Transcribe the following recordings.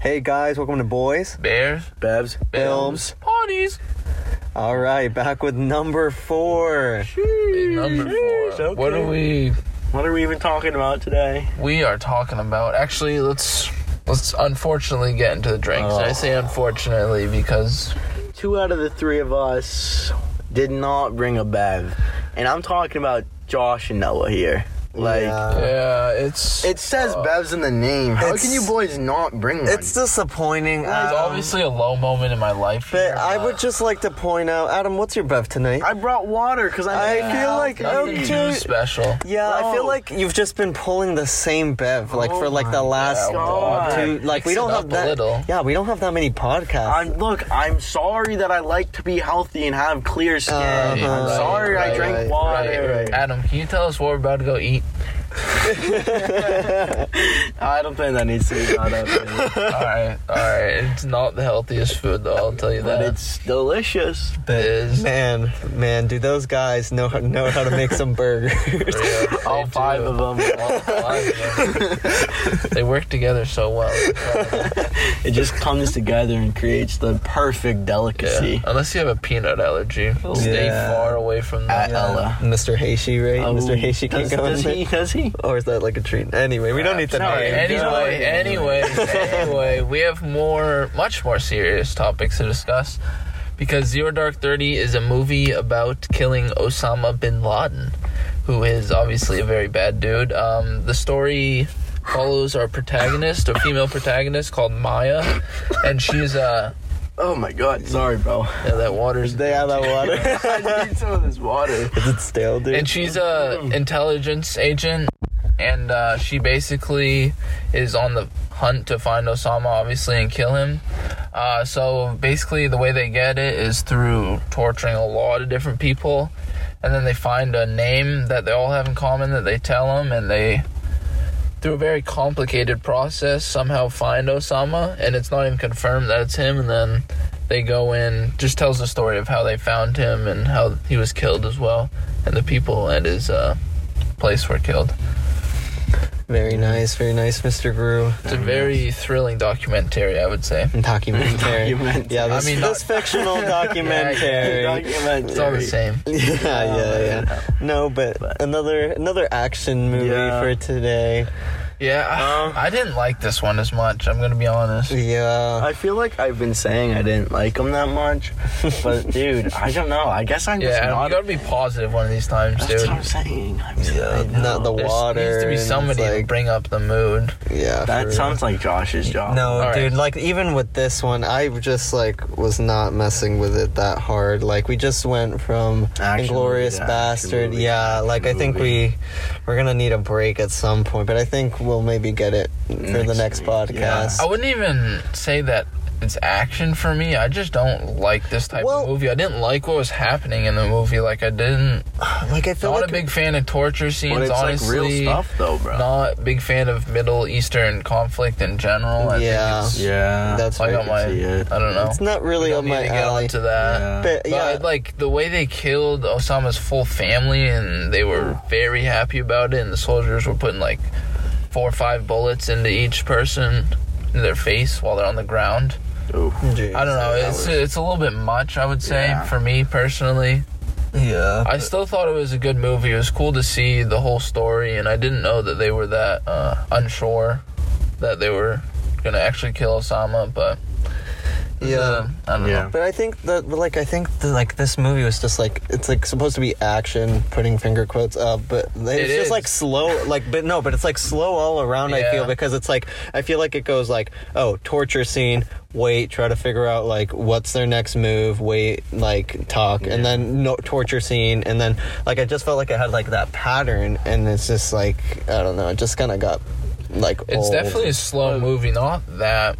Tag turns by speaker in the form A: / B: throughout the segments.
A: Hey guys, welcome to Boys
B: Bears,
C: Bevs.
A: Films.
B: parties.
A: All right, back with number four.
B: Hey, number four.
C: Sheesh, okay.
B: What are we?
C: What are we even talking about today?
B: We are talking about. Actually, let's let's unfortunately get into the drinks.
C: Oh.
B: I say unfortunately because
C: Two out of the three of us did not bring a Bev. And I'm talking about Josh and Noah here. Like,
A: Yeah.
B: yeah, it's
C: it says Bevs in the name. How
A: It's-
C: can you boys not bring one?
A: It's disappointing.
B: It's
A: um,
B: obviously a low moment in my life.
A: but
B: here,
A: I would just like to point out, Adam, what's your bev tonight?
C: I brought water because I,
A: I feel like
B: nothing too
A: okay.
B: special.
A: Yeah, I feel
C: Bro.
A: like you've just been pulling the same bev like for
C: Oh
A: like the
C: my
A: last
C: God.
A: two. Like we
B: Mix it
A: don't
B: up
A: have
B: a
A: that.
B: little.
A: Yeah, we don't have that many podcasts.
C: I'm look. I'm sorry that I like to be healthy and have clear skin.
A: Uh-huh.
C: I'm
A: Right,
C: sorry I
B: right,
C: drank
A: right,
C: water.
A: right, right.
B: Adam, can you tell us what we're about to go eat?
C: I don't think that needs to be brought up,
B: all right, all right. It's not the healthiest food though. I'll tell you
C: but
B: that.
C: it's delicious.
B: it is.
A: Man, man, do those guys know how, know how to make some burgers?
B: Yeah,
C: All
B: they
C: five
B: do.
C: of them.
B: All five of them. they work together so well.
C: It just comes together and creates the perfect
B: Yeah,
C: delicacy.
B: Unless you have a peanut allergy, stay
A: Yeah.
B: far away from that.
C: Uh, Ella.
A: Mr. Heishi, right?
C: Oh,
A: Mr. Heishi can't
C: does,
A: go in
C: does
A: there.
C: he? Does he?
A: Or is that like a treat? Anyway, we don't need to know.
C: Sorry,
B: anyway,
C: no,
B: anyway, anyway, we have more, much more serious topics to discuss because Zero Dark Thirty is a movie about killing Osama bin Laden, who is obviously a very bad dude. Um, the story follows our protagonist, a female protagonist called Maya, and she's uh,
C: Oh my god! Sorry, bro.
B: yeah, that water's
A: They have that water.
C: I need some of this water.
A: is it stale, dude?
B: and she's a intelligence agent and uh, she basically is on the hunt to find osama obviously and kill him uh, so basically the way they get it is through torturing a lot of different people and then they find a name that they all have in common that they tell them and they through a very complicated process somehow find osama and it's not even confirmed that it's him and then they go in just tells the story of how they found him and how he was killed as well and the people at his uh, place were killed
A: very nice, very nice, Mr. Gru.
B: it's a very thrilling documentary i would say
A: And Documentary.
C: Documentary.
A: Yeah, this,
B: I mean,
A: this fictional documentary. yeah,
C: Documentary.
B: it's all the same
A: yeah, yeah. No, but, another another action movie
C: Yeah.
A: for today.
B: yeah I- i didn't like this one as much i'm gonna be honest
A: Yeah.
C: I feel like I've been saying I didn't like them that much, but dude, I don't know. I guess I'm just
B: yeah
C: not.
B: you gotta be positive one of these times
C: that's
B: dude
C: what I'm saying. I'm
A: Yeah,
C: saying.
A: not the
B: There
A: water.
B: needs to be
A: and it's
B: somebody to
A: like,
B: bring up the mood
A: yeah. for-
C: That sounds like Josh's job.
A: No,
B: All
A: dude,
B: right.
A: like even with this one, I just like was not messing with it that hard. Like we just went from
C: Action
A: Inglorious
C: movie to action
A: Bastard.
C: movie to
A: Yeah, like I
C: action
A: think
C: movie.
A: we we're gonna need a break at some point, but I think we'll maybe get it for the
C: Next
A: next
C: week,
A: podcast.
B: i wouldn't even say that it's action for me i just don't like this type
A: Well-
B: of movie i didn't like what was happening in the movie like i didn't
A: Like I feel
B: not
A: like
B: a big fan of torture scenes
C: but it's
B: honestly
C: like real stuff though, bro.
B: not big fan of Middle Eastern conflict in general. I
A: Yeah.
B: think it's,
C: yeah,
A: that's
B: I
A: right.
B: don't
C: can
B: mind.
C: see it.
B: I don't know.
A: It's not really
B: don't
A: on
B: need
A: my
B: to get
A: alley.
B: onto that.
C: Yeah.
A: But
B: But
A: yeah,
B: like the way they killed Osama's full family, and they were very happy about it, and the soldiers were putting like four or five bullets into each person in their face while they're on the ground.
C: Ooh.
A: Jeez.
B: I don't know.
C: that
B: It's
C: was-
B: it's a little bit much, I would say,
C: Yeah.
B: for me personally.
A: Yeah.
B: I still thought it was a good movie. It was cool to see the whole story, and I didn't know that they were that uh, unsure that they were gonna actually kill Osama. But uh,
A: Yeah.
B: I don't
C: Yeah.
B: know.
A: But I think that, but, like, I think the, like this movie was just like it's like supposed to be action, putting finger quotes up, but it's
B: It
A: just
B: is.
A: like slow, like, but no, but it's like slow all around. I feel
B: Yeah.
A: because it's like I feel like it goes like oh torture scene, wait, try to figure out like what's their next move, wait, like talk, and then no torture scene, and then like I just felt like I had like that pattern, and it's just like I don't know, it just kind of got like
B: It's
A: old.
B: definitely a slow movie. Not that,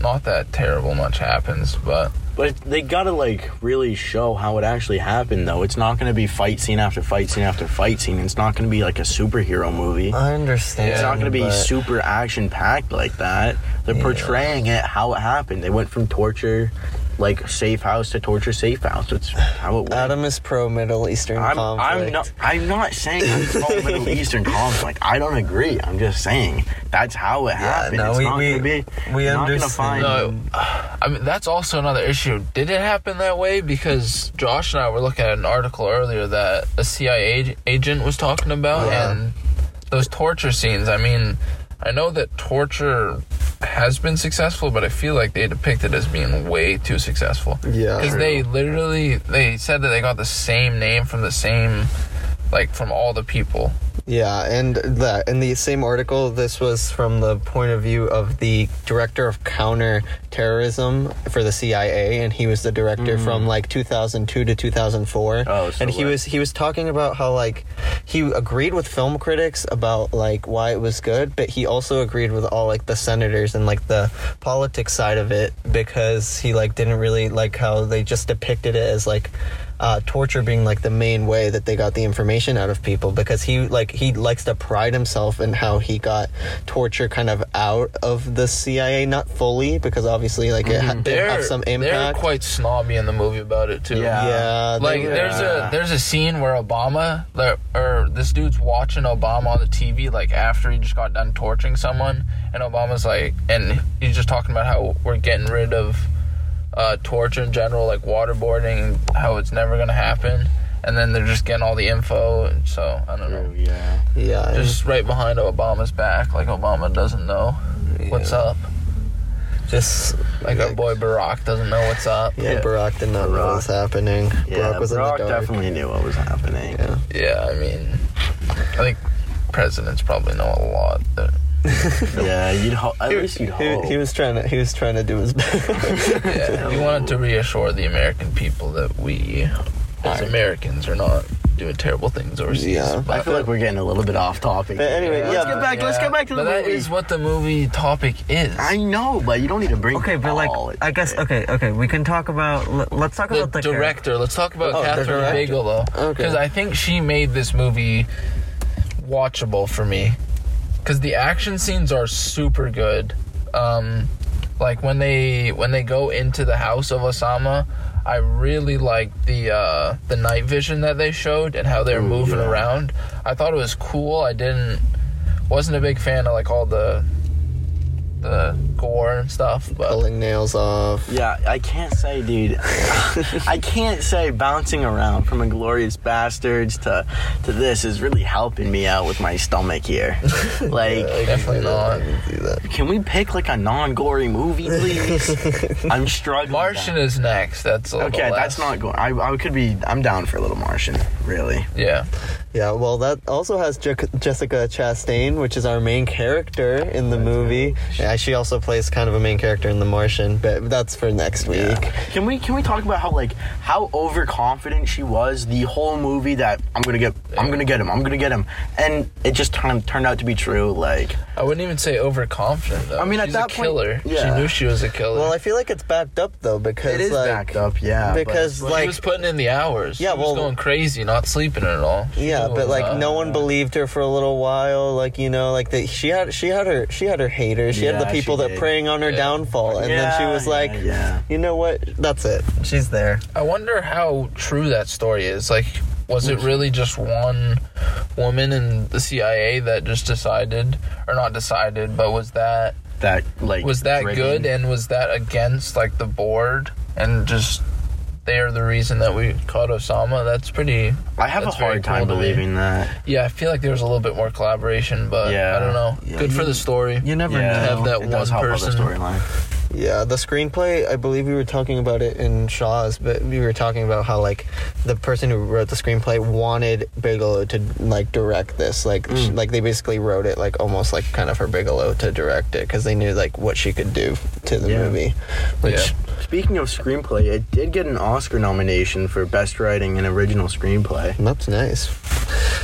B: not that terrible much happens, but
C: But they gotta like really show how it actually happened, though. It's not gonna be fight scene after fight scene after fight scene. It's not gonna be like a superhero movie.
A: I understand.
C: it's not gonna be
A: but-
C: super action packed like that. They're portraying it how it happened. They went from torture like safe house to torture safe house. It's how it works.
A: Adam is pro Middle Eastern
C: I'm,
A: conflict.
C: I'm not. I'm not saying I'm pro Middle Eastern conflict. I don't agree. I'm just saying that's how it happened.
A: no,
C: it's
A: we-
C: not
A: we-
C: gonna be.
A: we
C: not
A: understand.
C: Gonna
B: No, I mean that's also another issue. Did it happen that way? Because Josh and I were looking at an article earlier that a CIA ag- agent was talking about,
A: Yeah.
B: and those torture scenes. I mean, I know that torture has been successful, but I feel like they depict it as being way too successful.
A: Yeah.
B: because they literally they said that they got the same name from the same, like from all the people.
A: Yeah, and that in the same article, this was from the point of view of the director of counterterrorism for the CIA, and he was the director from like 2002 to 2004.
C: Oh, so
A: and he
C: like-
A: was he was talking about how like he agreed with film critics about like why it was good, but he also agreed with all like the senators and like the politics side of it because he like didn't really like how they just depicted it as like uh, torture being like the main way that they got the information out of people because he like he likes to pride himself in how he got torture kind of out of the CIA not fully because obviously like it ha- did
B: Mm-hmm. They're
A: have some
B: they're
A: impact
B: quite snobby in the movie about it too.
C: Yeah.
A: yeah they Ah.
B: like
A: were-
B: there's
C: Yeah.
B: a there's a scene where Obama there- or this dude's watching Obama on the TV like after he just got done torturing someone and Obama's like and he's just talking about how we're getting rid of uh, torture in general like waterboarding how it's never gonna happen and then they're just getting all the info and so I don't know
C: find. Oh, Yeah.
A: yeah
B: just right behind Obama's back like Obama doesn't know what's
A: Yeah.
B: up
A: just
B: like our boy Barack doesn't know what's up
A: Yeah,
C: Yeah.
A: Barack did not know what was happening.
C: Yeah.
A: Barack was
C: Brock
A: in the dark.
C: definitely knew what was happening.
A: Yeah.
B: yeah I mean I think presidents probably know a lot that
C: Yeah. You'd ho- at least you'd
A: He-
C: hope.
A: he was trying to he was trying to do his best.
B: Yeah, we wanted to reassure the American people that we, as Americans, are not doing terrible things overseas.
A: Yeah.
C: I feel like we're getting a little bit off topic.
A: But anyway, yeah,
C: here. Let's get back. Let's
B: Yeah.
C: get back to the
B: But
C: movie.
B: that is what the movie topic is.
C: I know, but you don't need to bring.
A: okay, but like
C: all-
A: I guess okay, okay, we can talk about l- let's talk
B: the
A: about the char-
B: director. Let's talk about
A: Oh, the
B: Catherine
A: director.
B: Bigelow
A: Okay.
B: because I think she made this movie watchable for me. Because the action scenes are super good. Um, like when they when they go into the house of Osama, I really liked the uh, the night vision that they showed and how they were
C: Ooh,
B: moving
C: yeah.
B: around. I thought it was cool. I didn't wasn't a big fan of like all the the gore and stuff, but
A: pulling nails off.
C: Yeah, I can't say, dude. I can't say bouncing around from Inglorious Bastards to to this is really helping me out with my stomach here. Like,
B: definitely not.
C: can we pick like a non-gory movie, please? I'm struggling.
B: Martian is next. That's a little
C: Okay,
B: less.
C: that's not going. I, I could be. I'm down for a little Martian, really.
B: Yeah.
A: Yeah, well, that also has Je- Jessica Chastain, which is our main character in the movie. Yeah, she also plays kind of a main character in The Martian, but that's for next week.
C: Can we can we talk about how like how overconfident she was the whole movie that I'm gonna get I'm gonna get him I'm gonna get him and it just kind of turned out to be true like
B: I wouldn't even say overconfident though.
C: I mean, at
B: She's
C: that
B: a
C: point-
B: killer.
C: yeah.
B: She knew she was a killer.
A: Well, I feel like it's backed up though because
C: it is
A: like
C: backed up yeah but-
A: because
B: Well, she
A: like
B: was putting in the hours.
A: Yeah,
B: she was
A: well-
B: going crazy, not sleeping at all. She
A: Yeah,
B: knew what
A: but
B: was
A: like
C: uh,
B: up.
A: no one believed her for a little while. Like you know, like that she had she had her she had her haters. She had
C: Yeah,
A: the
C: she
A: people that
C: did.
A: preying on her
B: Yeah.
A: downfall, and then she
C: Yeah,
A: was
C: yeah,
A: like,
C: yeah.
A: you know what? That's it. She's there.
B: I wonder how true that story is. Like, was it really just one woman in the CIA that just decided, or not decided, but was that
C: that like
B: was that
C: driven-
B: good and was that against like the board and just they are the reason that we caught Osama? That's pretty
C: I have a
B: That's very
C: hard time
B: cool to me.
C: believing that.
B: Yeah, I feel like there was a little bit more collaboration, but
C: Yeah.
B: I don't know.
A: Yeah,
B: Good
A: you-
B: for the story.
A: You never
B: Yeah.
A: know.
B: Have that
C: it does
B: one
C: help out
B: person.
C: the storyline.
A: Yeah, the screenplay. I believe we were talking about it in Shaw's, but we were talking about how like the person who wrote the screenplay wanted Bigelow to like direct this. Like, sh
C: Mm.
A: like they basically wrote it like almost like kind of for Bigelow to direct it because they knew like what she could do to the
C: Yeah.
A: movie, which.
B: Yeah.
C: Speaking of screenplay, it did get an Oscar nomination for best writing and original screenplay.
A: That's nice.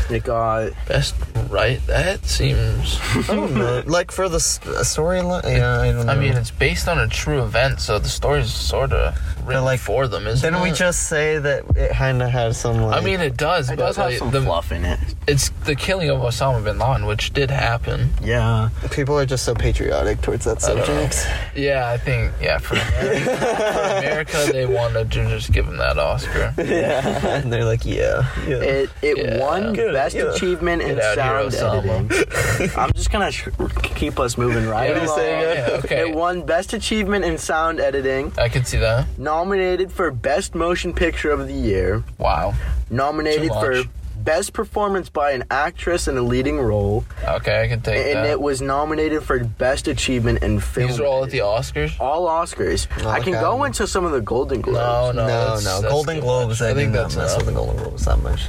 C: It got
B: Best right? That seems.
A: I don't know. Like for the s- uh, storyline, yeah, I don't know.
B: I mean, it's based on a true event, so the story's sort of written
A: like,
B: for them, isn't
A: didn't we
B: it?
A: just say that it kind of had some? Like,
B: uh, I mean, it does,
C: it
B: but
C: does have
B: like,
C: some
B: the,
C: fluff in it.
B: it's the killing of Osama bin Laden, which did happen.
C: Yeah.
A: people are just so patriotic towards that
B: don't know.
A: subject.
B: Yeah, I think yeah for America, for America they wanted to just give him that Oscar.
A: Yeah, and they're like, yeah, yeah.
C: It it
B: Yeah.
C: won
A: Good,
C: best
A: yeah.
C: achievement in
B: Get out
C: sound
B: here, Osama.
C: editing. I'm just gonna sh- keep us moving right
B: Yeah,
C: along.
B: yeah, okay.
C: It won best achievement in sound editing.
B: I can see that.
C: Nominated for best motion picture of the year.
B: Wow.
C: Nominated
B: Too
C: for
B: much.
C: best performance by an actress in a leading role,
B: Okay, I can take
C: and
B: that.
C: it was nominated for best achievement in film.
B: These are all at the Oscars.
C: all Oscars.
A: Not
C: I can
A: like
C: go
A: I'm-
C: into some of the Golden Globes,
B: No,
A: no, no,
B: no, that's- that's
A: Golden
B: too
A: Globes.
B: much.
A: I, think that's mess
B: enough.
A: with the Golden Globes that much.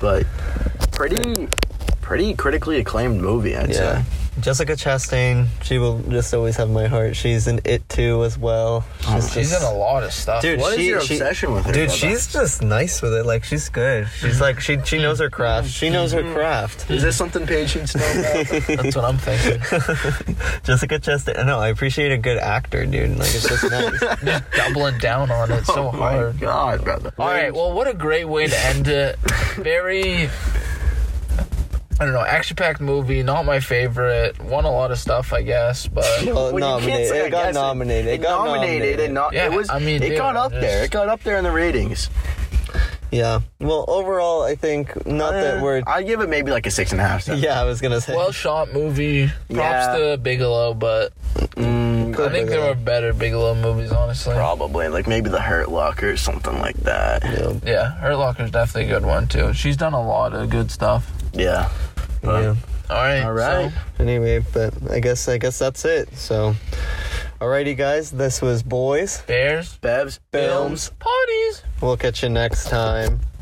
C: but pretty pretty critically acclaimed movie. I'd
A: Yeah.
C: say.
A: Jessica Chastain, she will just always have my heart. She's in it too as well. She's,
B: She's in
A: just-
B: a lot of stuff.
A: Dude,
C: What is
A: she-
C: your
A: she-
C: obsession with her?
A: Dude,
C: brother?
A: she's just nice with it. Like she's good. She's like she she knows her craft. She knows her craft.
C: Is this something Paige needs to know about?
B: That's what I'm thinking.
A: Jessica Chastain. No, I appreciate a good actor, dude. Like it's just nice.
B: Doubling down on it
A: Oh
B: so
C: My
B: hard.
C: God, brother.
B: All right, well, what a great way to end it. Very, I don't know, action packed movie. Not my favorite. Won a lot of stuff, I guess, but
A: Well,
C: you can't
A: nominated.
C: say I
A: It got
C: guess
A: nominated.
C: It,
A: It got
C: nominated.
A: nominated.
C: It, not,
B: Yeah,
C: it was.
B: I
C: I
B: mean,
C: mean, it
B: dude,
C: got up
B: just-
C: there. It got up there in the ratings.
A: Yeah. Well, overall, I think not that we're.
C: Uh, I Eh, give it maybe like a six and a half. Seven.
A: Yeah, I was gonna say.
B: well shot movie. Props
C: Yeah.
B: to Bigelow, but
C: Mm,
B: I think there were better Bigelow movies, honestly.
C: probably like maybe the Hurt Locker or something like that.
A: Yeah.
B: Yeah, Hurt Locker's definitely a good one, too. She's done a lot of good stuff.
C: Yeah.
A: yeah.
B: All right.
C: All right.
B: so-
A: Anyway, but I guess I guess that's it. So, alrighty, guys. This was boys.
B: Bears,
C: Bev's
A: Films.
B: parties.
A: We'll catch you next time.